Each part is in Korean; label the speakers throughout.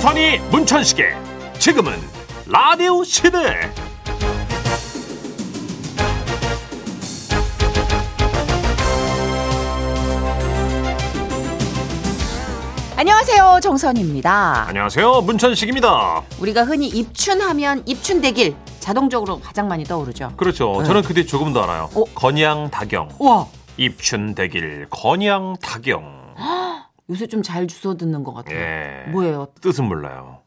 Speaker 1: 선희 문천식의 지금은 라디오 시대
Speaker 2: 안녕하세요 정선입니다.
Speaker 1: 안녕하세요 문천식입니다
Speaker 2: 우리가 흔히 입춘하면 입춘대길 자동적으로 가장 많이 떠오르죠.
Speaker 1: 그렇죠 저는 그뒤 조금 더 알아요
Speaker 2: 네. 어?
Speaker 1: 건양 다경
Speaker 2: 와
Speaker 1: 입춘대길 건양 다경
Speaker 2: 요새 좀 잘 주워 듣는 것 같아요.
Speaker 1: 예
Speaker 2: 뭐예요?
Speaker 1: 뜻은 몰라요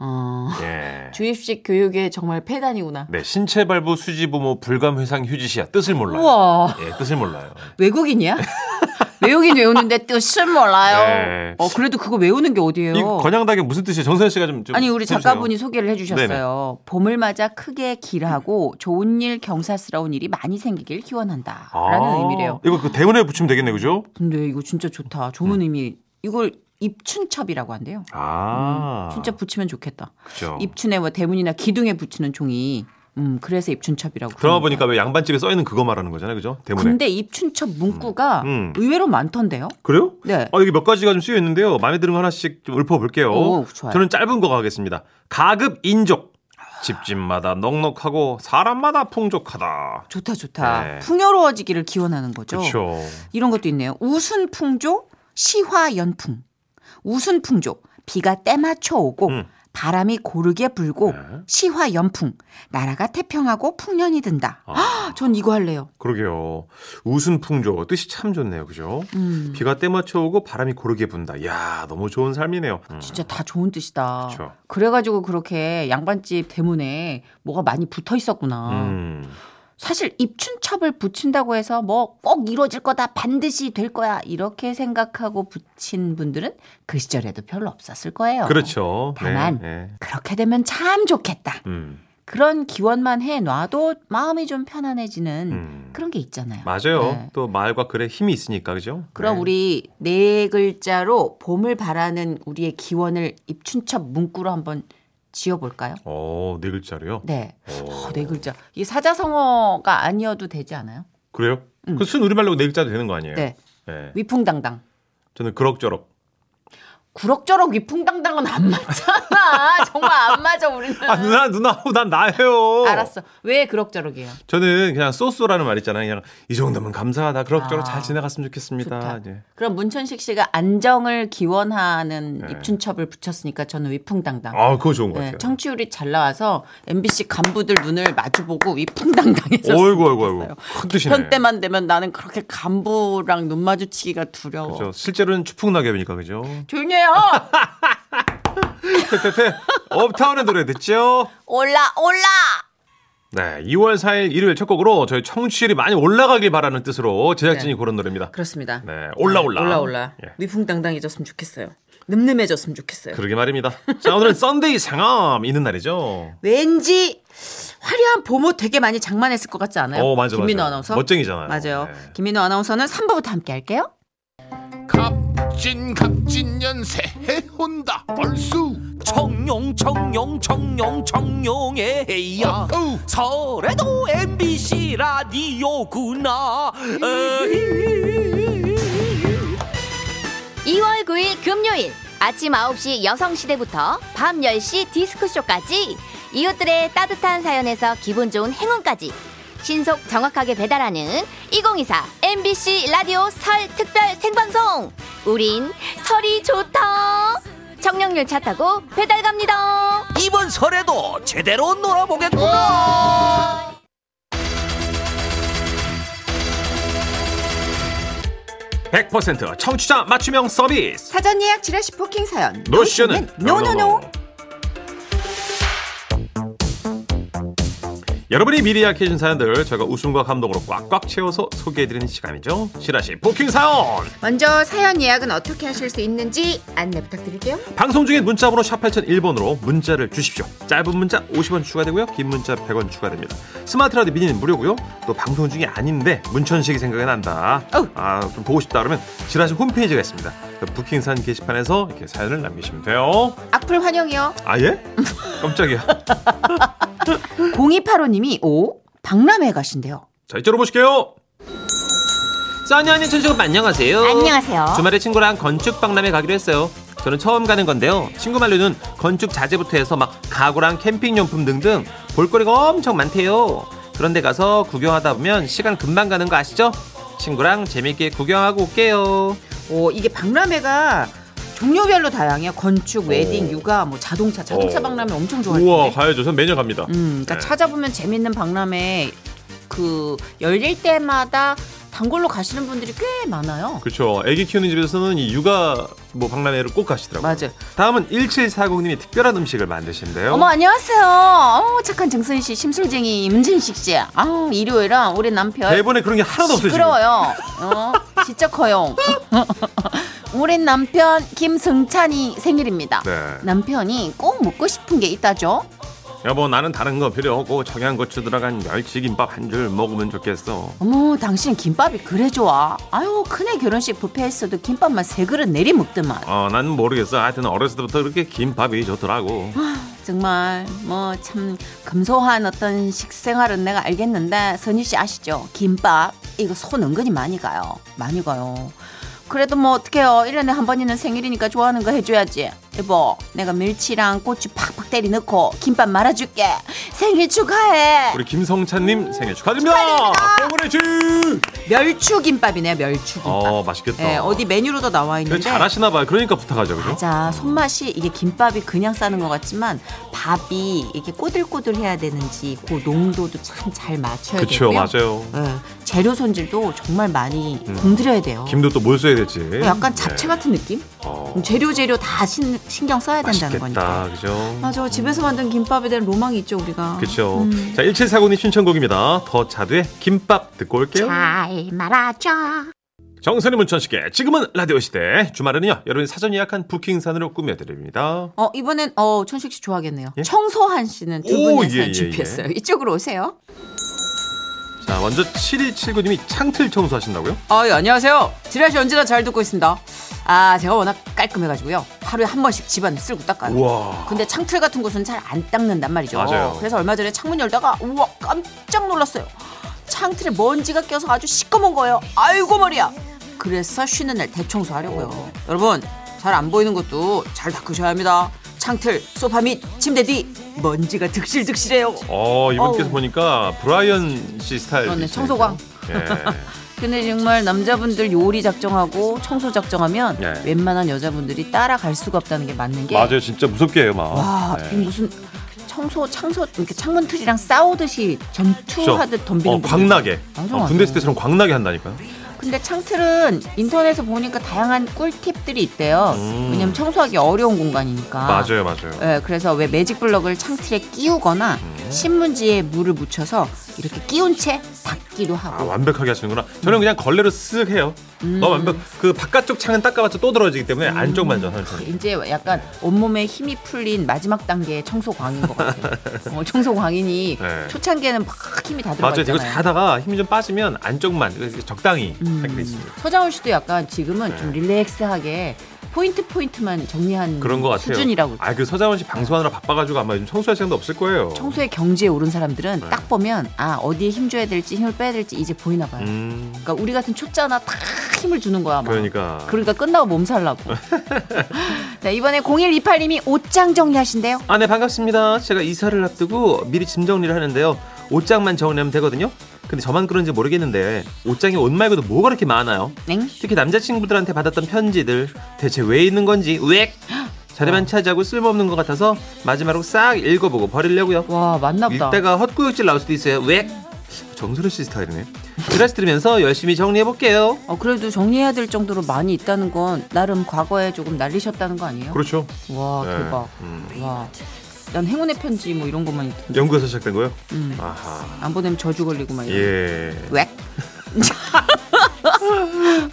Speaker 2: 어,
Speaker 1: 예.
Speaker 2: 주입식 교육의 정말 폐단이구나.
Speaker 1: 네 신체 발부 수지 부모 불감 회상 휴지시야 뜻을 몰라요
Speaker 2: 우와
Speaker 1: 예 뜻을 몰라요
Speaker 2: 외국인이야? 외우긴 외우는데 뜻을 몰라요.
Speaker 1: 네.
Speaker 2: 어 그래도 그거 외우는 게 어디예요?
Speaker 1: 이 건양 다경 무슨 뜻이에요 정선 씨가 좀, 좀
Speaker 2: 아니 우리
Speaker 1: 해주세요.
Speaker 2: 작가분이 소개를 해주셨어요. 봄을 맞아 크게 길하고 좋은 일 경사스러운 일이 많이 생기길 기원한다라는
Speaker 1: 아,
Speaker 2: 의미래요.
Speaker 1: 이거 그 대문에 붙이면 되겠네 그죠
Speaker 2: 근데 이거 진짜
Speaker 1: 네.
Speaker 2: 좋다. 좋은 의미. 이걸 입춘첩이라고 한대요.
Speaker 1: 아
Speaker 2: 음, 진짜 붙이면 좋겠다.
Speaker 1: 그렇죠.
Speaker 2: 입춘에 뭐 대문이나 기둥에 붙이는 종이. 음, 그래서 입춘첩이라고.
Speaker 1: 드라마
Speaker 2: 부릅니다.
Speaker 1: 보니까 왜 양반집에 써 있는 그거 말하는 거잖아요, 그죠? 대문에.
Speaker 2: 근데 입춘첩 문구가
Speaker 1: 음.
Speaker 2: 의외로 많던데요.
Speaker 1: 그래요?
Speaker 2: 네.
Speaker 1: 아, 여기 몇 가지가 좀 쓰여 있는데요. 마음에 드는 거 하나씩 좀 읊어볼게요.
Speaker 2: 오, 좋아요.
Speaker 1: 저는 짧은 거 가겠습니다. 가급 인족. 집집마다 넉넉하고 사람마다 풍족하다.
Speaker 2: 좋다 좋다.
Speaker 1: 네.
Speaker 2: 풍요로워지기를 기원하는 거죠.
Speaker 1: 그렇죠.
Speaker 2: 이런 것도 있네요. 우순풍조, 시화연풍. 우순풍조, 비가 때맞춰 오고
Speaker 1: 음.
Speaker 2: 바람이 고르게 불고
Speaker 1: 네.
Speaker 2: 시화연풍, 나라가 태평하고 풍년이 든다.
Speaker 1: 아.
Speaker 2: 전 이거 할래요.
Speaker 1: 그러게요. 우순풍조 뜻이 참 좋네요, 그죠?
Speaker 2: 음,
Speaker 1: 비가 때맞춰 오고 바람이 고르게 분다. 야, 너무 좋은 삶이네요. 음.
Speaker 2: 진짜 다 좋은 뜻이다.
Speaker 1: 그쵸.
Speaker 2: 래가지고 그렇게 양반집 대문에 뭐가 많이 붙어 있었구나.
Speaker 1: 음.
Speaker 2: 사실 입춘첩을 붙인다고 해서 뭐 꼭 이루어질 거다 반드시 될 거야 이렇게 생각하고 붙인 분들은 그 시절에도 별로 없었을 거예요.
Speaker 1: 그렇죠. 네,
Speaker 2: 다만.
Speaker 1: 네.
Speaker 2: 그렇게 되면 참 좋겠다.
Speaker 1: 음.
Speaker 2: 그런 기원만 해놔도 마음이 좀 편안해지는
Speaker 1: 음.
Speaker 2: 그런 게 있잖아요.
Speaker 1: 맞아요.
Speaker 2: 네.
Speaker 1: 또 말과 글에 힘이 있으니까, 그죠?
Speaker 2: 그럼
Speaker 1: 네.
Speaker 2: 우리 네 글자로 봄을 바라는 우리의 기원을 입춘첩 문구로 한번 지어볼까요?
Speaker 1: 어, 네 글자로요?
Speaker 2: 네.
Speaker 1: 오.
Speaker 2: 어, 네 글자. 이 사자성어가 아니어도 되지 않아요?
Speaker 1: 그래요?
Speaker 2: 음.
Speaker 1: 그 순 우리말로 네 글자도 되는 거 아니에요?
Speaker 2: 네.
Speaker 1: 예.
Speaker 2: 위풍당당.
Speaker 1: 저는 그럭저럭.
Speaker 2: 구럭저럭 위풍당당은 안 맞잖아. 정말 안 맞아 우리는.
Speaker 1: 아 누나 누나하고 난 나예요.
Speaker 2: 알았어. 왜 그럭저럭이에요?
Speaker 1: 저는 그냥 소소라는 말 있잖아요. 그냥 이 정도면 감사하다. 그럭저럭
Speaker 2: 아,
Speaker 1: 잘 지나갔으면 좋겠습니다.
Speaker 2: 좋다.
Speaker 1: 예.
Speaker 2: 그럼 문천식 씨가 안정을 기원하는
Speaker 1: 네.
Speaker 2: 입춘첩을 붙였으니까 저는 위풍당당.
Speaker 1: 아 그거 좋은 것
Speaker 2: 네,
Speaker 1: 같아요.
Speaker 2: 청취율이 잘 나와서 MBC 간부들 눈을 마주보고 위풍당당해졌어요.
Speaker 1: 어이구 어이구 어이구. 큰 뜻이네.
Speaker 2: 편 때만 되면 나는 그렇게 간부랑 눈 마주치기가 두려워.
Speaker 1: 그죠. 그렇죠. 실제로는 추풍낙엽이니까 그죠.
Speaker 2: 조용히 해요.
Speaker 1: 테테테. 업타운의 노래 듣죠.
Speaker 2: 올라 올라.
Speaker 1: 네, 2월 4일 일요일 첫 곡으로 저희 청취율이 많이 올라가길 바라는 뜻으로 제작진이 고른 노래입니다.
Speaker 2: 그렇습니다.
Speaker 1: 네, 올라 올라.
Speaker 2: 네. 올라 올라.
Speaker 1: 예.
Speaker 2: 위풍당당해졌으면 좋겠어요. 늠름해졌으면 좋겠어요.
Speaker 1: 그러게 말입니다. 자, 오늘은 썬데이 상암 있는 날이죠.
Speaker 2: 왠지 화려한 봄옷 되게 많이 장만했을 것 같지 않아요?
Speaker 1: 어, 맞아,
Speaker 2: 김민호
Speaker 1: 맞아.
Speaker 2: 아나운서.
Speaker 1: 멋쟁이잖아요.
Speaker 2: 맞아요.
Speaker 1: 네.
Speaker 2: 김민호 아나운서는 3부부터 함께 할게요.
Speaker 3: 갑진 갑진 연세 해온다 벌수
Speaker 4: 청룡 청룡 청룡 청룡의 해야
Speaker 3: 어우.
Speaker 4: 설에도 MBC 라디오구나 에이.
Speaker 5: 2월 9일 금요일 아침 9시 여성시대부터 밤 10시 디스크쇼까지 이웃들의 따뜻한 사연에서 기분 좋은 행운까지 신속 정확하게 배달하는 2024 MBC 라디오 설 특별 생방송 우린 설이 좋다 청룡열차 타고 배달 갑니다
Speaker 4: 이번 설에도 제대로 놀아보겠구나
Speaker 1: 100% 청취자 맞춤형 서비스
Speaker 2: 사전 예약 지라시 포킹 사연.
Speaker 1: 노션은
Speaker 2: 노노노.
Speaker 1: 여러분이 미리 약해진 사연들 저희가 웃음과 감동으로 꽉꽉 채워서 소개해드리는 시간이죠 시라시 포킹 사연
Speaker 2: 먼저 사연 예약은 어떻게 하실 수 있는지 안내 부탁드릴게요.
Speaker 1: 방송 중에 문자번호 샵 8001번으로 문자를 주십시오 짧은 문자 50원 추가되고요 긴 문자 100원 추가됩니다 스마트라디 미니는 무료고요 또 방송 중에 아닌데 문천식이 생각이 난다
Speaker 2: 어우.
Speaker 1: 아 좀 보고 싶다 그러면 시라시 홈페이지가 있습니다 그 부킹산 게시판에서 이렇게 사연을 남기시면 돼요
Speaker 2: 악플 환영이요.
Speaker 1: 아예? 깜짝이야
Speaker 2: 0285님이 오 박람회 가신대요.
Speaker 1: 자 이쪽으로 보실게요 써니 언니 천식은 안녕하세요
Speaker 5: 안녕하세요
Speaker 1: 주말에 친구랑 건축 박람회 가기로 했어요. 저는 처음 가는 건데요. 친구 말로는 건축 자재부터 해서 막 가구랑 캠핑용품 등등 볼거리가 엄청 많대요. 그런데 가서 구경하다 보면 시간 금방 가는 거 아시죠? 친구랑 재밌게 구경하고 올게요.
Speaker 2: 어, 이게 박람회가 종류별로 다양해요. 건축, 웨딩, 육아, 뭐 자동차, 자동차
Speaker 1: 어.
Speaker 2: 박람회 엄청 좋아해요.
Speaker 1: 가야죠. 전 매년 갑니다.
Speaker 2: 음, 그러니까
Speaker 1: 네.
Speaker 2: 찾아보면 재밌는 박람회 그 열릴 때마다 단골로 가시는 분들이 꽤 많아요.
Speaker 1: 그렇죠. 아기 키우는 집에서는 이 육아 뭐 박람회를 꼭 가시더라고요.
Speaker 2: 맞아. 요
Speaker 1: 다음은 1740님이 특별한 음식을 만드신대요.
Speaker 2: 어머 안녕하세요. 어, 착한 정선 씨, 심술쟁이 문진식 씨. 아, 일요일은 우리 남편
Speaker 1: 대본에 그런 게 하나도 없어요. 지금.
Speaker 2: 시끄러워요. 어, 진짜 커요. 우리 남편 김승찬이 생일입니다.
Speaker 1: 네.
Speaker 2: 남편이 꼭 먹고 싶은 게 있다죠.
Speaker 1: 여보 나는 다른 거 필요 없고 청양고추 들어간 멸치김밥 한 줄 먹으면 좋겠어.
Speaker 2: 어머, 당신 김밥이 그래 좋아. 아유, 큰애 결혼식 뷔페에서도 김밥만 세 그릇 내리 먹더만.
Speaker 1: 어, 난 모르겠어. 하여튼 어렸을 때부터 그렇게 김밥이 좋더라고.
Speaker 2: 정말 뭐 참 검소한 어떤 식생활은 내가 알겠는데 선희 씨 아시죠? 김밥 이거 손 은근히 많이 가요. 많이 가요. 그래도 뭐 어떡해요. 1년에 한 번 있는 생일이니까 좋아하는 거 해줘야지. 여보 내가 멸치랑 고추 팍팍 때리 넣고 김밥 말아줄게. 생일 축하해.
Speaker 1: 우리 김성찬님 생일 축하드립니다. 뻥그레지.
Speaker 2: 멸추김밥이네요. 멸추김밥.
Speaker 1: 어 맛있겠다.
Speaker 2: 예, 어디 메뉴로도 나와
Speaker 1: 되게
Speaker 2: 있는데
Speaker 1: 잘하시나 봐요. 그러니까 부탁하죠, 그죠?
Speaker 2: 맞아. 손맛이 이게 김밥이 그냥 싸는 것 같지만 밥이 이게 꼬들꼬들해야 되는지 그 농도도 참 잘 맞춰야
Speaker 1: 그쵸,
Speaker 2: 되고요.
Speaker 1: 맞아요. 음.
Speaker 2: 예, 재료 손질도 정말 많이 공들여야 돼요.
Speaker 1: 김도 네. 또 뭘 써야 될지.
Speaker 2: 어, 약간 잡채 같은 느낌?
Speaker 1: 어,
Speaker 2: 재료 재료 다 신, 신경 써야 된다는 거니까.
Speaker 1: 맛있겠다, 그죠?
Speaker 2: 맞아. 집에서 만든 김밥에 대한 로망이 있죠 우리가.
Speaker 1: 그렇죠.
Speaker 2: 음.
Speaker 1: 자, 1749님 신청곡입니다. 더 자두의 김밥 듣고 올게요.
Speaker 5: 잘 말아줘.
Speaker 1: 정선이 문천식의 지금은 라디오 시대. 주말에는요. 여러분 사전 예약한 부킹산으로 꾸며드립니다.
Speaker 2: 어 이번엔 어 천식 씨 좋아하겠네요.
Speaker 1: 예?
Speaker 2: 청소한 씨는 두
Speaker 1: 오,
Speaker 2: 분의
Speaker 1: 예,
Speaker 2: 사연
Speaker 1: 예, 예.
Speaker 2: 준비했어요. 이쪽으로 오세요.
Speaker 1: 자, 먼저 7279님이 창틀 청소하신다고요?
Speaker 2: 아, 예, 안녕하세요. 지라시 언제나 잘 듣고 있습니다. 아, 제가 워낙 깔끔해가지고요. 하루에 한 번씩 집안을 쓸고 닦아요.
Speaker 1: 우와.
Speaker 2: 근데 창틀 같은 곳은 잘 안 닦는단 말이죠.
Speaker 1: 맞아요.
Speaker 2: 그래서 얼마 전에 창문 열다가 우와 깜짝 놀랐어요. 창틀에 먼지가 껴서 아주 시꺼먼 거예요. 아이고 머리야. 그래서 쉬는 날 대청소하려고요. 여러분 잘 안 보이는 것도 잘 닦으셔야 합니다. 창틀, 소파 및 침대 뒤 먼지가 득실득실해요.
Speaker 1: 어, 이분께서
Speaker 2: 어우.
Speaker 1: 보니까 브라이언 씨 스타일.
Speaker 2: 그러네,
Speaker 1: 있으니까.
Speaker 2: 청소광.
Speaker 1: 예.
Speaker 2: 근데 정말 남자분들 요리 작정하고 청소 작정하면
Speaker 1: 예.
Speaker 2: 웬만한 여자분들이 따라갈 수가 없다는 게 맞는 게
Speaker 1: 맞아요. 진짜 무섭게 해요, 막.
Speaker 2: 와,
Speaker 1: 예.
Speaker 2: 이게 무슨 청소 창소 이렇게 창문 틀이랑 싸우듯이 전투하듯 덤비는
Speaker 1: 어,
Speaker 2: 분들.
Speaker 1: 광나게.
Speaker 2: 맞아,
Speaker 1: 어,
Speaker 2: 맞아.
Speaker 1: 군대 있을 때처럼 광나게 한다니까요.
Speaker 2: 근데 창틀은 인터넷에 보니까 다양한 꿀팁들이 있대요.
Speaker 1: 음.
Speaker 2: 왜냐면 청소하기 어려운 공간이니까.
Speaker 1: 맞아요, 맞아요.
Speaker 2: 예, 그래서 왜 매직 블럭을 창틀에 끼우거나
Speaker 1: 음.
Speaker 2: 신문지에 물을 묻혀서 이렇게 끼운 채 닦기도
Speaker 1: 아,
Speaker 2: 하고.
Speaker 1: 완벽하게 하시는구나. 저는 그냥 걸레로 쓱 해요.
Speaker 2: 음.
Speaker 1: 너무 완벽. 그 바깥쪽 창은 닦아봤자 또 떨어지기 때문에 안쪽만 전 하는 편이에요.
Speaker 2: 이제 약간 온몸에 힘이 풀린 마지막 단계의 청소광인 것 같아요. 어, 청소광인이
Speaker 1: 네.
Speaker 2: 초창기에는 막 힘이 다 들어가
Speaker 1: 맞아요.
Speaker 2: 있잖아요. 음.
Speaker 1: 이거 다 하다가 힘이 좀 빠지면 안쪽만 그래서 적당히 하게 돼 있습니다.
Speaker 2: 서장훈 씨도 약간 지금은 좀 릴렉스하게 포인트 포인트만 정리한
Speaker 1: 네. 그런 것 같아요.
Speaker 2: 수준이라고.
Speaker 1: 아, 그 서장원 씨 방송하느라 바빠가지고 아마 요즘 청소할 시간도 없을 거예요.
Speaker 2: 청소의 경지에 오른 사람들은
Speaker 1: 네.
Speaker 2: 딱 보면 아 어디에 힘 줘야 될지 힘을 빼야 될지 이제 보이나 봐요.
Speaker 1: 음,
Speaker 2: 그러니까 우리 같은 초짜나 다 힘을 주는 거야. 막.
Speaker 1: 그러니까.
Speaker 2: 그러니까 끝나고 몸살나고. 네, 이번에 0128님이 옷장 정리하신대요.
Speaker 1: 아, 네, 반갑습니다. 제가 이사를 앞두고 미리 짐 정리를 하는데요. 옷장만 정리하면 되거든요. 근데 저만 그런지 모르겠는데 옷장에 옷 말고도 뭐가 그렇게 많아요?
Speaker 2: 넹?
Speaker 1: 특히 남자친구들한테 받았던 편지들 대체 왜 있는 건지 왜
Speaker 2: 어.
Speaker 1: 자리만 차지하고 쓸모없는 것 같아서 마지막으로 싹 읽어보고 버리려고요.
Speaker 2: 와 맞나 보다.
Speaker 1: 읽다가 헛구역질 나올 수도 있어요. 왜? 정수리 씨 스타일이네. 드라스 들으면서 열심히 정리해 볼게요.
Speaker 2: 어, 그래도 정리해야 될 정도로 많이 있다는 건 나름 과거에 조금 날리셨다는 거 아니에요?
Speaker 1: 그렇죠. 음.
Speaker 2: 와 대박. 와. 난 행운의 편지 뭐 이런 것만 있던데.
Speaker 1: 연구에서 시작된 거요?
Speaker 2: 음.
Speaker 1: 아하.
Speaker 2: 안 보내면 저주 걸리고 막 이래.
Speaker 1: 예.
Speaker 2: 웩.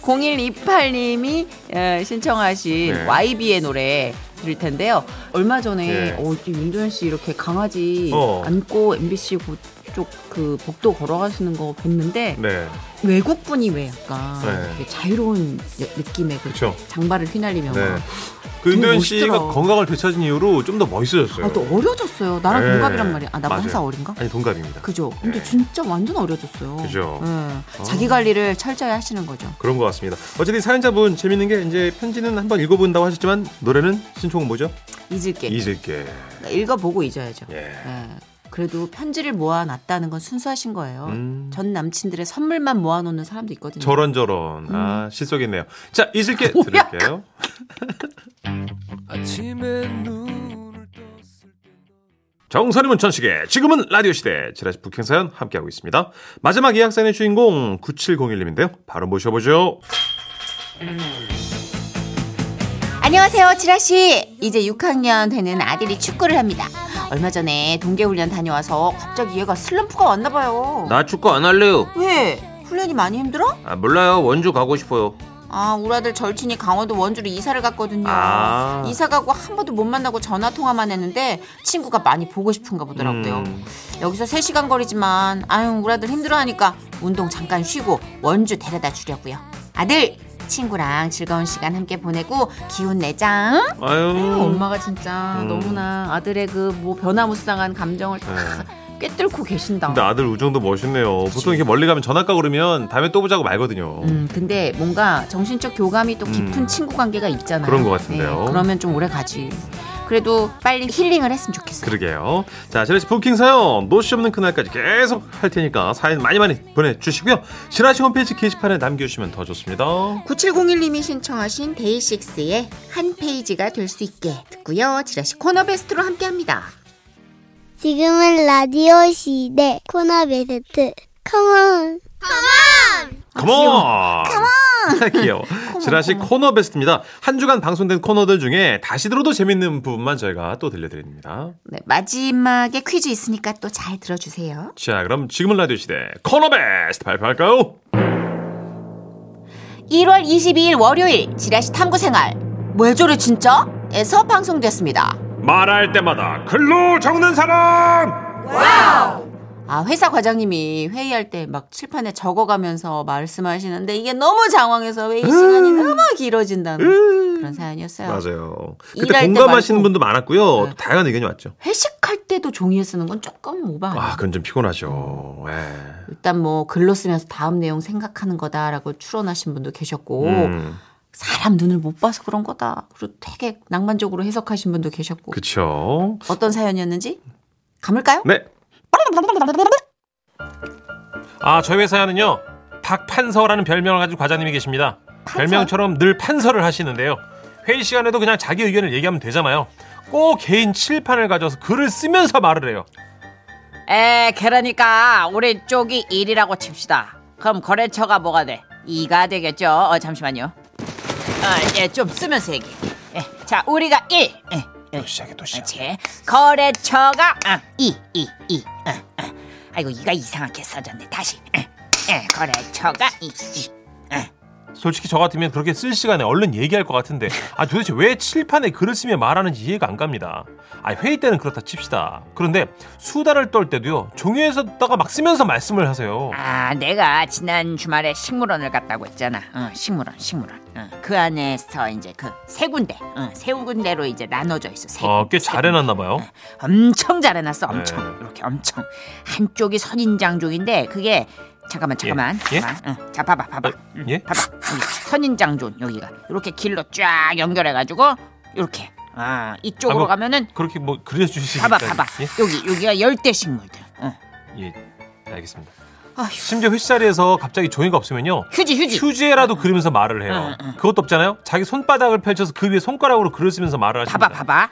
Speaker 2: 0128님이 예, 신청하신
Speaker 1: 네.
Speaker 2: YB의 노래 들을 텐데요. 얼마 전에
Speaker 1: 예.
Speaker 2: 어, 이 윤도현 씨 이렇게 강아지
Speaker 1: 어.
Speaker 2: 안고 MBC 그쪽 그 복도 걸어가시는 거 봤는데
Speaker 1: 네.
Speaker 2: 외국 분이 왜 약간
Speaker 1: 네.
Speaker 2: 되게 자유로운 여- 느낌의 그
Speaker 1: 그쵸.
Speaker 2: 장발을 휘날리며
Speaker 1: 네.
Speaker 2: 막
Speaker 1: 은도현
Speaker 2: 아, 되게
Speaker 1: 씨가
Speaker 2: 멋있더라.
Speaker 1: 건강을 되찾은 이후로 좀 더 멋있어졌어요.
Speaker 2: 아, 또 어려졌어요. 나랑
Speaker 1: 네.
Speaker 2: 동갑이란 말이야. 아, 나보다
Speaker 1: 맞아요.
Speaker 2: 한 살 어린가?
Speaker 1: 아니 동갑입니다.
Speaker 2: 그죠. 근데
Speaker 1: 네.
Speaker 2: 진짜 완전 어려졌어요.
Speaker 1: 그죠.
Speaker 2: 예.
Speaker 1: 어.
Speaker 2: 자기 관리를 철저히 하시는 거죠.
Speaker 1: 그런 것 같습니다. 어쨌든 사연자분 재밌는 게 이제 편지는 한번 읽어본다고 하셨지만 노래는 신청은 뭐죠?
Speaker 2: 잊을게.
Speaker 1: 잊을게.
Speaker 2: 그러니까 읽어보고 잊어야죠.
Speaker 1: 예.
Speaker 2: 예. 그래도 편지를 모아놨다는 건 순수하신 거예요.
Speaker 1: 음.
Speaker 2: 전 남친들의 선물만 모아놓는 사람도 있거든요.
Speaker 1: 저런 저런. 아 실속이네요. 자 잊을게
Speaker 2: 음. 뭐야?
Speaker 1: 들을게요.
Speaker 4: 아침에 눈을 떴을 때
Speaker 1: 정선이문 천식의 지금은 라디오 시대 지라시 북행 사연 함께하고 있습니다. 마지막 예약 사연의 주인공 9701님인데요. 바로 모셔보죠.
Speaker 2: 안녕하세요, 지라 씨. 이제 6학년 되는 아들이 축구를 합니다. 얼마 전에 동계훈련 다녀와서 갑자기 얘가 슬럼프가 왔나 봐요.
Speaker 1: 나 축구 안 할래요.
Speaker 2: 왜? 훈련이 많이 힘들어?
Speaker 1: 아 몰라요. 원주 가고 싶어요.
Speaker 2: 아, 우리 아들 절친이 강원도 원주로 이사를 갔거든요.
Speaker 1: 아.
Speaker 2: 이사 가고 한 번도 못 만나고 전화 통화만 했는데 친구가 많이 보고 싶은가 보더라고요.
Speaker 1: 음.
Speaker 2: 여기서 3시간 거리지만 아유 우리 아들 힘들어하니까 운동 잠깐 쉬고 원주 데려다 주려고요. 아들 친구랑 즐거운 시간 함께 보내고 기운 내장.
Speaker 1: 아유.
Speaker 2: 음, 엄마가 진짜
Speaker 1: 음.
Speaker 2: 너무나 아들의 그 뭐 변화무쌍한 감정을 다
Speaker 1: 네.
Speaker 2: 꿰뚫고 계신다.
Speaker 1: 근데 아들 우정도 멋있네요. 보통 이렇게 멀리 가면 전학가 그러면 다음에 또 보자고 말거든요.
Speaker 2: 음, 근데 뭔가 정신적 교감이 또 깊은
Speaker 1: 음.
Speaker 2: 친구 관계가 있잖아요. 네,
Speaker 1: 그런 것 같은데요.
Speaker 2: 그러면 좀 오래 가지. 그래도 빨리 힐링을 했으면 좋겠어요.
Speaker 1: 그러게요. 자, 지라시 부킹 사연 노시 없는 그날까지 계속 할 테니까 사연 많이 많이 보내주시고요. 지라시 홈페이지 게시판에 남겨주시면 더 좋습니다.
Speaker 2: 아, 9701님이 신청하신 데이식스의 한 페이지가 될 수 있게 듣고요. 지라시 코너 베스트로 함께합니다.
Speaker 6: 지금은 라디오 시대 코너 베스트 컴온
Speaker 1: 컴온! 컴온! 귀여워. 지라시 코너 베스트입니다. 한 주간 방송된 코너들 중에 다시 들어도 재밌는 부분만 저희가 또 들려드립니다.
Speaker 2: 네, 마지막에 퀴즈 있으니까 또 잘 들어주세요.
Speaker 1: 자, 그럼 지금은 라디오 시대 코너 베스트 발표할까요?
Speaker 2: 1월 22일 월요일 지라시 탐구생활 왜 저래 진짜? 에서 방송됐습니다.
Speaker 1: 말할 때마다 글로 적는 사람!
Speaker 2: 아, 회사 과장님이 회의할 때 막 칠판에 적어가면서 말씀하시는데 이게 너무 장황해서 회의 시간이 너무 길어진다는 그런 사연이었어요.
Speaker 1: 음. 맞아요.
Speaker 2: 네. 일할
Speaker 1: 그때
Speaker 2: 때
Speaker 1: 공감하시는
Speaker 2: 말고.
Speaker 1: 분도 많았고요.
Speaker 2: 네.
Speaker 1: 또 다양한 의견이 왔죠.
Speaker 2: 회식할 때도 종이에 쓰는 건 조금 오바.
Speaker 1: 아, 그건 좀 피곤하죠. 예.
Speaker 2: 일단 뭐 글로 쓰면서 다음 내용 생각하는 거다라고 추론하신 분도 계셨고
Speaker 1: 음,
Speaker 2: 사람 눈을 못 봐서 그런 거다. 그리고 되게 낭만적으로 해석하신 분도 계셨고
Speaker 1: 그쵸.
Speaker 2: 어떤 사연이었는지 감을까요?
Speaker 1: 네. 아, 저희 회사에는요, 박판서라는 별명을 가진 과장님이 계십니다. 별명처럼 늘 판서를 하시는데요. 회의 시간에도 그냥 자기 의견을 얘기하면 되잖아요. 꼭 개인 칠판을 가져서 글을 쓰면서 말을 해요.
Speaker 2: 에, 그러니까 우리 쪽이 1이라고 칩시다. 그럼 거래처가 뭐가 돼? 2가 되겠죠. 어, 잠시만요. 아, 예, 좀 쓰면서 얘기. 예, 자, 우리가 1. 예, 예.
Speaker 1: 또 시작해, 또 시작.
Speaker 2: 그렇지. 거래처가 아, 2, 2, 2. 아, 아. 아이고, 이가 이상하게 써졌네. 다시. 아, 아, 거래처가 2, 2.
Speaker 1: 솔직히 저 같으면 그렇게 쓸 시간에 얼른 얘기할 것 같은데, 아, 도대체 왜 칠판에 글을 쓰며 말하는지 이해가 안 갑니다. 아, 회의 때는 그렇다 칩시다. 그런데 수다를 떨 때도요, 종이에서 다가 막 쓰면서 말씀을 하세요.
Speaker 7: 아, 내가 지난 주말에 식물원을 갔다고 했잖아. 어, 식물원, 식물원. 어, 그 안에서 이제 그 세 군데, 어, 세 군데로 이제 나눠져 있어. 세
Speaker 1: 아,
Speaker 7: 군데,
Speaker 1: 꽤
Speaker 7: 세
Speaker 1: 잘 해놨나봐요.
Speaker 7: 군데. 엄청 잘 해놨어, 엄청.
Speaker 1: 네.
Speaker 7: 이렇게 엄청. 한쪽이 선인장족인데 그게 잠깐만, 잠깐만.
Speaker 1: 예?
Speaker 7: 잠깐만. 어, 자, 봐봐, 봐봐.
Speaker 1: 아, 예?
Speaker 7: 봐봐. 여기 선인장족 여기가 이렇게 길로 쫙 연결해가지고 이렇게. 아, 이쪽으로
Speaker 1: 아이고.
Speaker 7: 가면은
Speaker 1: 그렇게 뭐 그려주시니까
Speaker 7: 봐봐, 봐봐. 여기 여기가 열대 식물들. 어.
Speaker 1: 예, 예 알겠습니다. 심지어 회식 자리에서 갑자기 종이가 없으면요
Speaker 7: 휴지, 휴지.
Speaker 1: 휴지에라도 그리면서 말을 해요. 그것도 없잖아요. 자기 손바닥을 펼쳐서 그 위에 손가락으로 글을 쓰면서 말을 하십니다.
Speaker 7: 봐봐, 봐봐.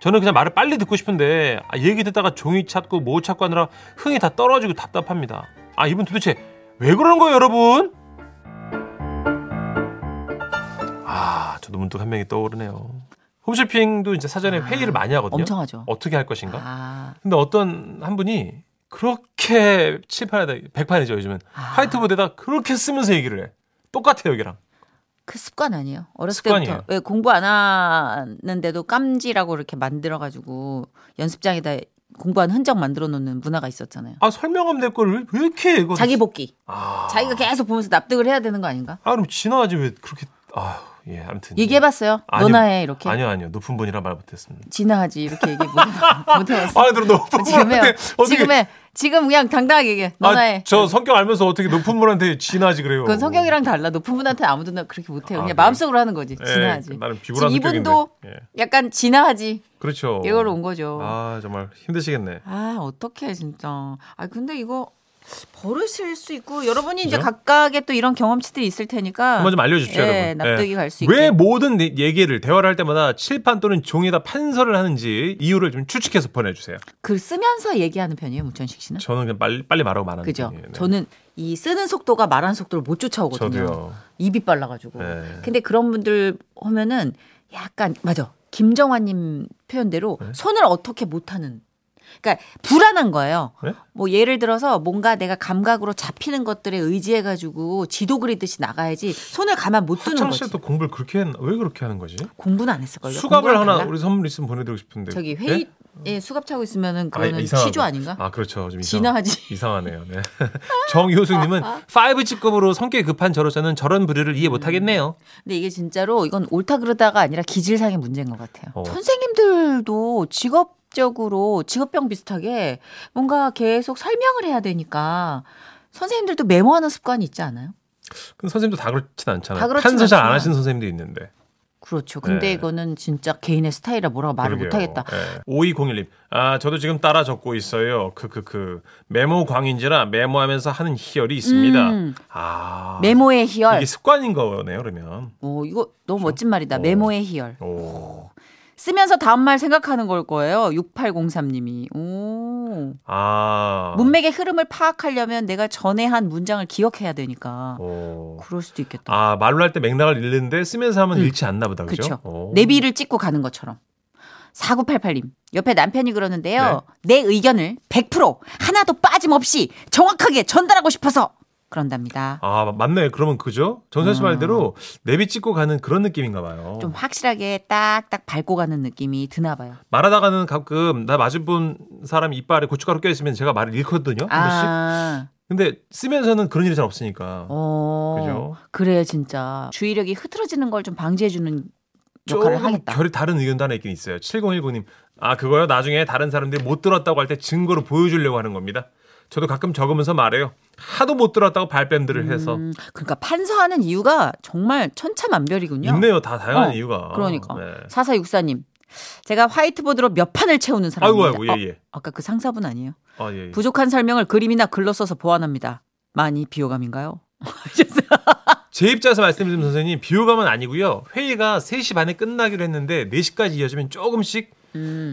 Speaker 1: 저는 그냥 말을 빨리 듣고 싶은데 아, 얘기 듣다가 종이 찾고 뭐 찾고 하느라 흥이 다 떨어지고 답답합니다. 아 이분 도대체 왜 그러는 거예요, 여러분? 아 저도 문득 한 명이 떠오르네요. 홈쇼핑도 이제 사전에
Speaker 7: 아,
Speaker 1: 회의를 많이 하거든요.
Speaker 2: 엄청 하죠.
Speaker 1: 어떻게 할 것인가?
Speaker 2: 아,
Speaker 1: 근데 어떤 한 분이 그렇게 칠판에다 백판이죠 요즘은
Speaker 2: 아.
Speaker 1: 화이트보드에다 그렇게 쓰면서 얘기를 해. 똑같아요 여기랑.
Speaker 2: 그 습관 아니에요? 어렸을
Speaker 1: 습관이에요.
Speaker 2: 때부터 왜 공부 안 하는데도 깜지라고 이렇게 만들어 가지고 연습장에다 공부한 흔적 만들어 놓는 문화가 있었잖아요.
Speaker 1: 아 설명하면 될걸 왜, 왜 이렇게 이거.
Speaker 2: 자기 뭐- 복귀.
Speaker 1: 아,
Speaker 2: 자기가 계속 보면서 납득을 해야 되는 거 아닌가?
Speaker 1: 아, 그럼 지나가지 왜 그렇게 아 예, 아무튼
Speaker 2: 얘기해봤어요.
Speaker 1: 아니요.
Speaker 2: 너나 해 이렇게.
Speaker 1: 아니요, 아니요. 높은 분이라 말 못했습니다.
Speaker 2: 진화하지 이렇게 얘기 못- 못해봤어.
Speaker 1: 아, 그럼 높은
Speaker 2: 지금 해요.
Speaker 1: 분한테 어떻게?
Speaker 2: 지금 해. 지금 그냥 당당하게 얘기해. 너나
Speaker 1: 아,
Speaker 2: 해.
Speaker 1: 저 성격 알면서 어떻게 높은 분한테 진하지 그래요?
Speaker 2: 그건 성격이랑 달라. 높은 분한테 아무도 나 그렇게 못해요.
Speaker 1: 어. 아,
Speaker 2: 그냥
Speaker 1: 그래요?
Speaker 2: 마음속으로 하는 거지.
Speaker 1: 예,
Speaker 2: 진화하지.
Speaker 1: 나는
Speaker 2: 지금
Speaker 1: 비굴한
Speaker 2: 이분도
Speaker 1: 성격인데. 예.
Speaker 2: 약간 진화하지.
Speaker 1: 그렇죠.
Speaker 2: 이거로 온 거죠. 아,
Speaker 1: 아, 정말 힘드시겠네.
Speaker 2: 어떡해 진짜. 아 근데 이거 버릇일 수 있고 여러분이 이제
Speaker 1: 그죠?
Speaker 2: 각각의 또 이런 경험치들이 있을 테니까
Speaker 1: 한번 좀 알려주십시오,
Speaker 2: 예,
Speaker 1: 여러분.
Speaker 2: 납득이
Speaker 1: 예.
Speaker 2: 갈 수 있게.
Speaker 1: 왜 모든 네- 얘기를 대화를 할 때마다 칠판 또는 종이에다 판서를 하는지 이유를 좀 추측해서 보내주세요.
Speaker 2: 글 쓰면서 얘기하는 편이에요, 문천식 씨는?
Speaker 1: 저는 그냥 빨리 빨리 말하고 말하는
Speaker 2: 그죠.
Speaker 1: 편이에요. 네.
Speaker 2: 저는 이 쓰는 속도가 말하는 속도를 못 쫓아오거든요.
Speaker 1: 저도요.
Speaker 2: 입이 빨라가지고.
Speaker 1: 네.
Speaker 2: 근데 그런 분들 보면은 약간 맞아. 김정환님 표현대로
Speaker 1: 네.
Speaker 2: 손을 어떻게 못하는. 그러니까 불안한 거예요.
Speaker 1: 네?
Speaker 2: 뭐 예를 들어서 뭔가 내가 감각으로 잡히는 것들에 의지해가지고 지도 그리듯이 나가야지 손을 가만 못 두는
Speaker 1: 창
Speaker 2: 거지.
Speaker 1: 씨도 공부를 그렇게 했, 왜 그렇게 하는 거지?
Speaker 2: 공부는 안 했을 걸요.
Speaker 1: 수갑을 하나 우리 선물 있으면 보내드리고 싶은데.
Speaker 2: 저기
Speaker 1: 네?
Speaker 2: 회의 에 수갑 차고 있으면은
Speaker 1: 아,
Speaker 2: 그거는
Speaker 1: 이상하고.
Speaker 2: 취조 아닌가?
Speaker 1: 아 그렇죠. 좀 이상.
Speaker 2: 진화하지.
Speaker 1: 이상하네요. 네. 정효수님은 5G급으로 성격이 급한 저로서는 저런 부류를 이해 못하겠네요.
Speaker 2: 근데 이게 진짜로 이건 옳다 그르다가 아니라 기질상의 문제인 것 같아요.
Speaker 1: 어.
Speaker 2: 선생님들도 직업적으로 직업병 비슷하게 뭔가 계속 설명을 해야 되니까 선생님들도 메모하는 습관이 있지 않아요?
Speaker 1: 근데 선생님도 다 그렇진 않잖아요.
Speaker 2: 다 그렇진
Speaker 1: 판서 잘 안
Speaker 2: 않지만.
Speaker 1: 하시는 선생님도 있는데.
Speaker 2: 그렇죠. 근데
Speaker 1: 네.
Speaker 2: 이거는 진짜 개인의 스타일이라 뭐라고 말을
Speaker 1: 그러게요.
Speaker 2: 못하겠다.
Speaker 1: 예. 5201님. 아, 저도 지금 따라 적고 있어요. 크크크. 메모광인지라 메모하면서 하는 희열이 있습니다.
Speaker 2: 음.
Speaker 1: 아.
Speaker 2: 메모의 희열.
Speaker 1: 이게 습관인 거네요, 그러면.
Speaker 2: 오, 이거 너무 멋진 말이다.
Speaker 1: 어.
Speaker 2: 메모의 희열.
Speaker 1: 오.
Speaker 2: 쓰면서 다음 말 생각하는 걸 거예요. 6803님이. 오.
Speaker 1: 아.
Speaker 2: 문맥의 흐름을 파악하려면 내가 전에 한 문장을 기억해야
Speaker 1: 어.
Speaker 2: 되니까.
Speaker 1: 오.
Speaker 2: 그럴 수도 있겠다.
Speaker 1: 아, 말로 할 때 맥락을 잃는데 쓰면서 하면
Speaker 2: 음.
Speaker 1: 잃지 않나 보다.
Speaker 2: 그쵸.
Speaker 1: 그죠? 그렇죠? 오.
Speaker 2: 내비를 찍고 가는 것처럼. 4988님, 옆에 남편이 그러는데요.
Speaker 1: 네.
Speaker 2: 내 의견을 100% 하나도 빠짐없이 정확하게 전달하고 싶어서 그런답니다.
Speaker 1: 아, 맞네. 그러면 그죠? 전세 씨
Speaker 2: 음.
Speaker 1: 말대로 내비 찍고 가는 그런 느낌인가 봐요.
Speaker 2: 좀 확실하게 딱딱 밟고 가는 느낌이 드나 봐요.
Speaker 1: 말하다가는 가끔 나 맞은 분 사람 이빨에 고춧가루 껴있으면 제가 말을 잃거든요. 한 번씩.
Speaker 2: 아,
Speaker 1: 어, 근데 쓰면서는 그런 일이 잘 없으니까.
Speaker 2: 어,
Speaker 1: 그죠?
Speaker 2: 그래요, 진짜. 주의력이 흐트러지는 걸 좀 방지해주는 역할을
Speaker 1: 조금
Speaker 2: 하겠다.
Speaker 1: 결이 다른 의견도 하나 있긴 있어요. 7019님. 아, 그거요? 나중에 다른 사람들이 못 들었다고 할 때 증거로 보여주려고 하는 겁니다. 저도 가끔 적으면서 말해요. 하도 못 들었다고 발뺌들을 해서.
Speaker 2: 음, 그러니까 판서하는 이유가 정말 천차만별이군요.
Speaker 1: 있네요. 다 다양한
Speaker 2: 어,
Speaker 1: 이유가.
Speaker 2: 그러니까.
Speaker 1: 네.
Speaker 2: 사사육사님, 제가 화이트보드로 몇 판을 채우는 사람입니다.
Speaker 1: 아이고, 아이고, 예, 예.
Speaker 2: 어, 아까 그 상사분 아니에요?
Speaker 1: 아, 예. 예.
Speaker 2: 부족한 설명을 그림이나 글로 써서 보완합니다. 많이 비호감인가요?
Speaker 1: 제 입장에서 말씀드리면 선생님, 비호감은 아니고요. 회의가 3시 반에 끝나기로 했는데 4시까지 이어지면 조금씩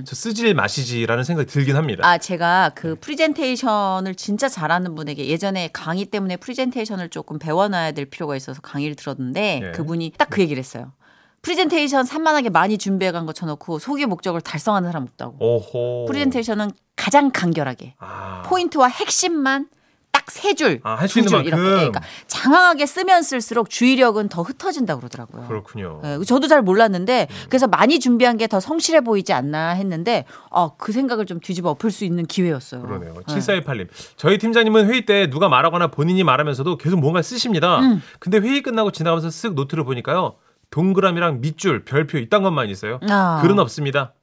Speaker 1: 저 쓰질 마시지라는 생각이 들긴 합니다.
Speaker 2: 음. 아, 제가 그 프리젠테이션을 진짜 잘하는 분에게 예전에 강의 때문에 프리젠테이션을 조금 배워놔야 될 필요가 있어서 강의를 들었는데
Speaker 1: 예.
Speaker 2: 그분이 딱 그 얘기를 했어요. 프리젠테이션 산만하게 많이 준비해 간 거 쳐놓고 소기의 목적을 달성하는 사람 없다고.
Speaker 1: 오호.
Speaker 2: 프리젠테이션은 가장 간결하게
Speaker 1: 아.
Speaker 2: 포인트와 핵심만 딱 세 줄,
Speaker 1: 아, 할수
Speaker 2: 두
Speaker 1: 있는
Speaker 2: 줄 이렇게.
Speaker 1: 만큼.
Speaker 2: 예, 그러니까 장황하게 쓰면 쓸수록 주의력은 더 흩어진다 고 그러더라고요.
Speaker 1: 그렇군요. 음.
Speaker 2: 예, 저도 잘 몰랐는데 그래서 많이 준비한 게 더 성실해 보이지 않나 했는데 아, 그 생각을 좀 뒤집어 엎을 수 있는 기회였어요.
Speaker 1: 그러네요.
Speaker 2: 예.
Speaker 1: 7418님. 저희 팀장님은 회의 때 누가 말하거나 본인이 말하면서도 계속 뭔가 쓰십니다.
Speaker 2: 음.
Speaker 1: 근데 회의 끝나고 지나가면서 쓱 노트를 보니까요. 동그라미랑 밑줄, 별표 이딴 것만 있어요.
Speaker 2: 아.
Speaker 1: 글은 없습니다.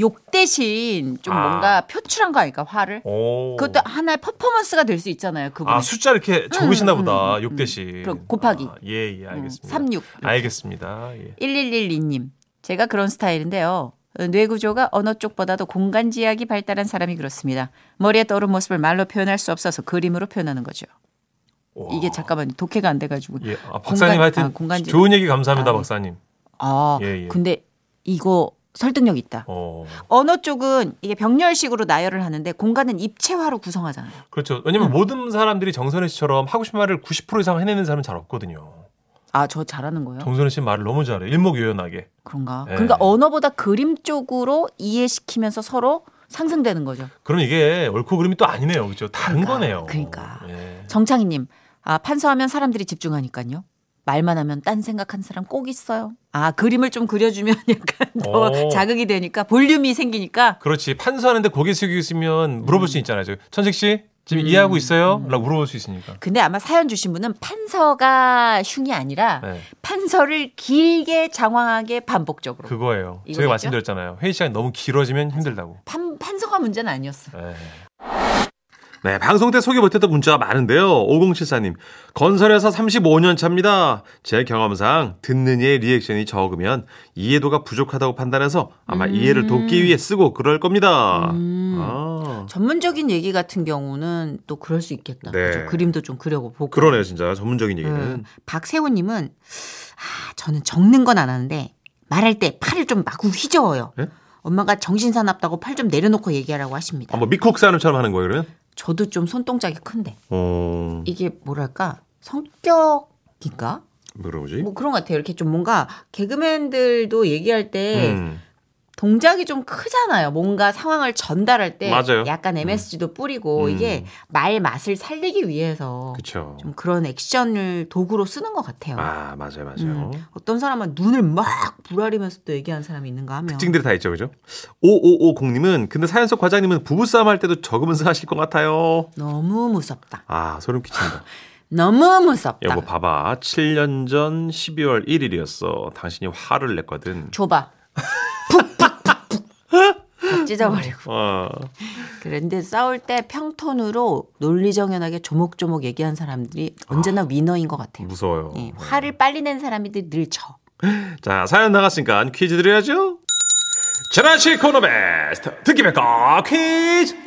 Speaker 2: 욕 대신 좀
Speaker 1: 아.
Speaker 2: 뭔가 표출한 거 아닐까 화를.
Speaker 1: 오.
Speaker 2: 그것도 하나의 퍼포먼스가 될 수 있잖아요. 그분.
Speaker 1: 아, 숫자 이렇게 적으시나
Speaker 2: 음,
Speaker 1: 보다.
Speaker 2: 음,
Speaker 1: 욕 대신.
Speaker 2: 그럼 곱하기. 음,
Speaker 1: 아, 예, 예, 알겠습니다.
Speaker 2: 36.
Speaker 1: 알겠습니다. 예.
Speaker 2: 1112님. 제가 그런 스타일인데요. 뇌구조가 언어 쪽보다도 공간 지각이 발달한 사람이 그렇습니다. 머리에 떠오른 모습을 말로 표현할 수 없어서 그림으로 표현하는 거죠.
Speaker 1: 와.
Speaker 2: 이게 잠깐만 독해가 안 돼가지고.
Speaker 1: 예. 아, 박사님
Speaker 2: 공간-
Speaker 1: 하여튼
Speaker 2: 아, 공간지-
Speaker 1: 좋은 얘기 감사합니다,
Speaker 2: 아, 예.
Speaker 1: 박사님.
Speaker 2: 아,
Speaker 1: 예, 예.
Speaker 2: 근데 이거 설득력 있다.
Speaker 1: 어.
Speaker 2: 언어 쪽은 이게 병렬식으로 나열을 하는데 공간은 입체화로 구성하잖아요.
Speaker 1: 그렇죠.
Speaker 2: 음.
Speaker 1: 왜냐면 모든 사람들이 정선혜 씨처럼 하고 싶은 말을 90% 이상 해내는 사람은 잘 없거든요.
Speaker 2: 아, 저 잘하는 거예요?
Speaker 1: 정선혜 씨는 말을 너무 잘해. 일목요연하게.
Speaker 2: 그런가?
Speaker 1: 예.
Speaker 2: 그러니까 언어보다 그림 쪽으로 이해시키면서 서로 상승되는 거죠.
Speaker 1: 그럼 이게 옳고 그름이 또 아니네요. 그렇죠? 다른
Speaker 2: 그러니까,
Speaker 1: 거네요.
Speaker 2: 그러니까.
Speaker 1: 예.
Speaker 2: 정창희님, 아, 판서하면 사람들이 집중하니까요. 말만 하면 딴 생각하는 사람 꼭 있어요. 아, 그림을 좀 그려주면 약간 더
Speaker 1: 오.
Speaker 2: 자극이 되니까 볼륨이 생기니까 음.
Speaker 1: 그렇지. 판수하는데 고개 숙이고 있으면 물어볼 수 있잖아요. 저, 천식 씨, 지금 이해하고 있어요? 라고 물어볼 수 있으니까.
Speaker 2: 근데 아마 사연 주신 분은 판서가 흉이 아니라
Speaker 1: 네,
Speaker 2: 판서를 길게 장황하게 반복적으로.
Speaker 1: 그거예요.
Speaker 2: 뭐, 이거겠죠?
Speaker 1: 제가 말씀드렸잖아요. 회의 시간이 너무 길어지면 힘들다고.
Speaker 2: 판, 판서가 문제는 아니었어.
Speaker 1: 네. 네, 방송 때 소개 못했던 문자가 많은데요. 5074님, 건설회사 35년 차입니다. 제 경험상 듣는 이의 리액션이 적으면 이해도가 부족하다고 판단해서 아마
Speaker 2: 음.
Speaker 1: 이해를 돕기 위해 쓰고 그럴 겁니다. 아,
Speaker 2: 전문적인 얘기 같은 경우는 또 그럴 수 있겠다.
Speaker 1: 네.
Speaker 2: 그죠? 그림도 좀 그려보고.
Speaker 1: 그러네요, 진짜. 전문적인 얘기는.
Speaker 2: 네. 음. 박세호님은 아 저는 적는 건 안 하는데 말할 때 팔을 좀 마구 휘저어요.
Speaker 1: 예?
Speaker 2: 엄마가 정신 사납다고 팔 좀 내려놓고 얘기하라고 하십니다.
Speaker 1: 아, 뭐 미국 사람처럼 하는 거예요, 그러면?
Speaker 2: 저도 좀 손동작이 큰데
Speaker 1: 어,
Speaker 2: 이게 뭐랄까 성격인가?
Speaker 1: 뭐라고지?
Speaker 2: 뭐 그런 것 같아요. 이렇게 좀 뭔가 개그맨들도 얘기할 때
Speaker 1: 음.
Speaker 2: 동작이 좀 크잖아요. 뭔가 상황을 전달할 때
Speaker 1: 맞아요.
Speaker 2: 약간 MSG도 뿌리고
Speaker 1: 음.
Speaker 2: 이게 말 맛을 살리기 위해서
Speaker 1: 그쵸.
Speaker 2: 좀 그런 액션을 도구로 쓰는 것 같아요.
Speaker 1: 아, 맞아요, 맞아요.
Speaker 2: 어떤 사람은 눈을 막 부라리면서 또 얘기하는 사람이 있는가 하면
Speaker 1: 특징들이 다 있죠, 그죠? 5550님은, 근데 사연 속 과장님은 부부싸움 할 때도 적으면서 하실 것 같아요.
Speaker 2: 너무 무섭다.
Speaker 1: 아, 소름 끼친다.
Speaker 2: 너무 무섭다.
Speaker 1: 여보 봐봐. 7년 전 12월 1일이었어. 당신이 화를 냈거든.
Speaker 2: 줘봐. 푹푹푹푹 찢어버리고.
Speaker 1: 어.
Speaker 2: 그런데 싸울 때 평톤으로 논리정연하게 조목조목 얘기한 사람들이 언제나 위너인 것 같아요.
Speaker 1: 무서워요.
Speaker 2: 예, 화를 빨리 낸 사람들이 늘 져.
Speaker 1: 자, 사연 나갔으니까 퀴즈 드려야죠. 전화식 코너 베스트 듣기 백과 퀴즈.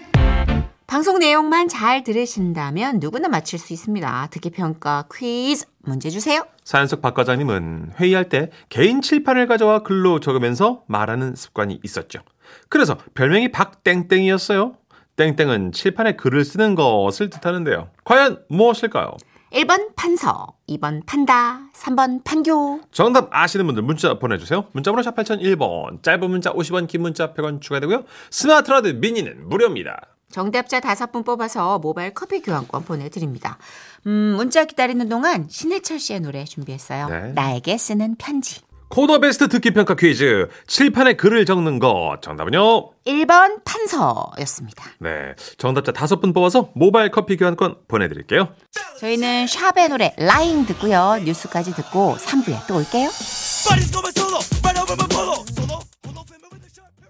Speaker 2: 방송 내용만 잘 들으신다면 누구나 맞힐 수 있습니다. 듣기 평가 퀴즈 문제 주세요.
Speaker 1: 사연 속 박과장님은 회의할 때 개인 칠판을 가져와 글로 적으면서 말하는 습관이 있었죠. 그래서 별명이 박땡땡이었어요. 땡땡은 칠판에 글을 쓰는 것을 뜻하는데요. 과연 무엇일까요?
Speaker 2: 1번 판서, 2번 판다, 3번 판교.
Speaker 1: 정답 아시는 분들 문자 보내주세요. 문자번호 샵 8001번, 짧은 문자 50원, 긴 문자 100원 추가되고요. 스마트 라디오 미니는 무료입니다.
Speaker 2: 정답자 5분 뽑아서 모바일 커피 교환권 보내드립니다. 음, 문자 기다리는 동안 신해철 씨의 노래 준비했어요.
Speaker 1: 네.
Speaker 2: 나에게 쓰는 편지.
Speaker 1: 코너 베스트 듣기 평가 퀴즈. 칠판에 글을 적는 것. 정답은요?
Speaker 2: 1번 판서였습니다.
Speaker 1: 네. 정답자 다섯 분 뽑아서 모바일 커피 교환권 보내드릴게요.
Speaker 2: 저희는 샵의 노래 라인 듣고요. 뉴스까지 듣고 3부에 또 올게요.
Speaker 8: París como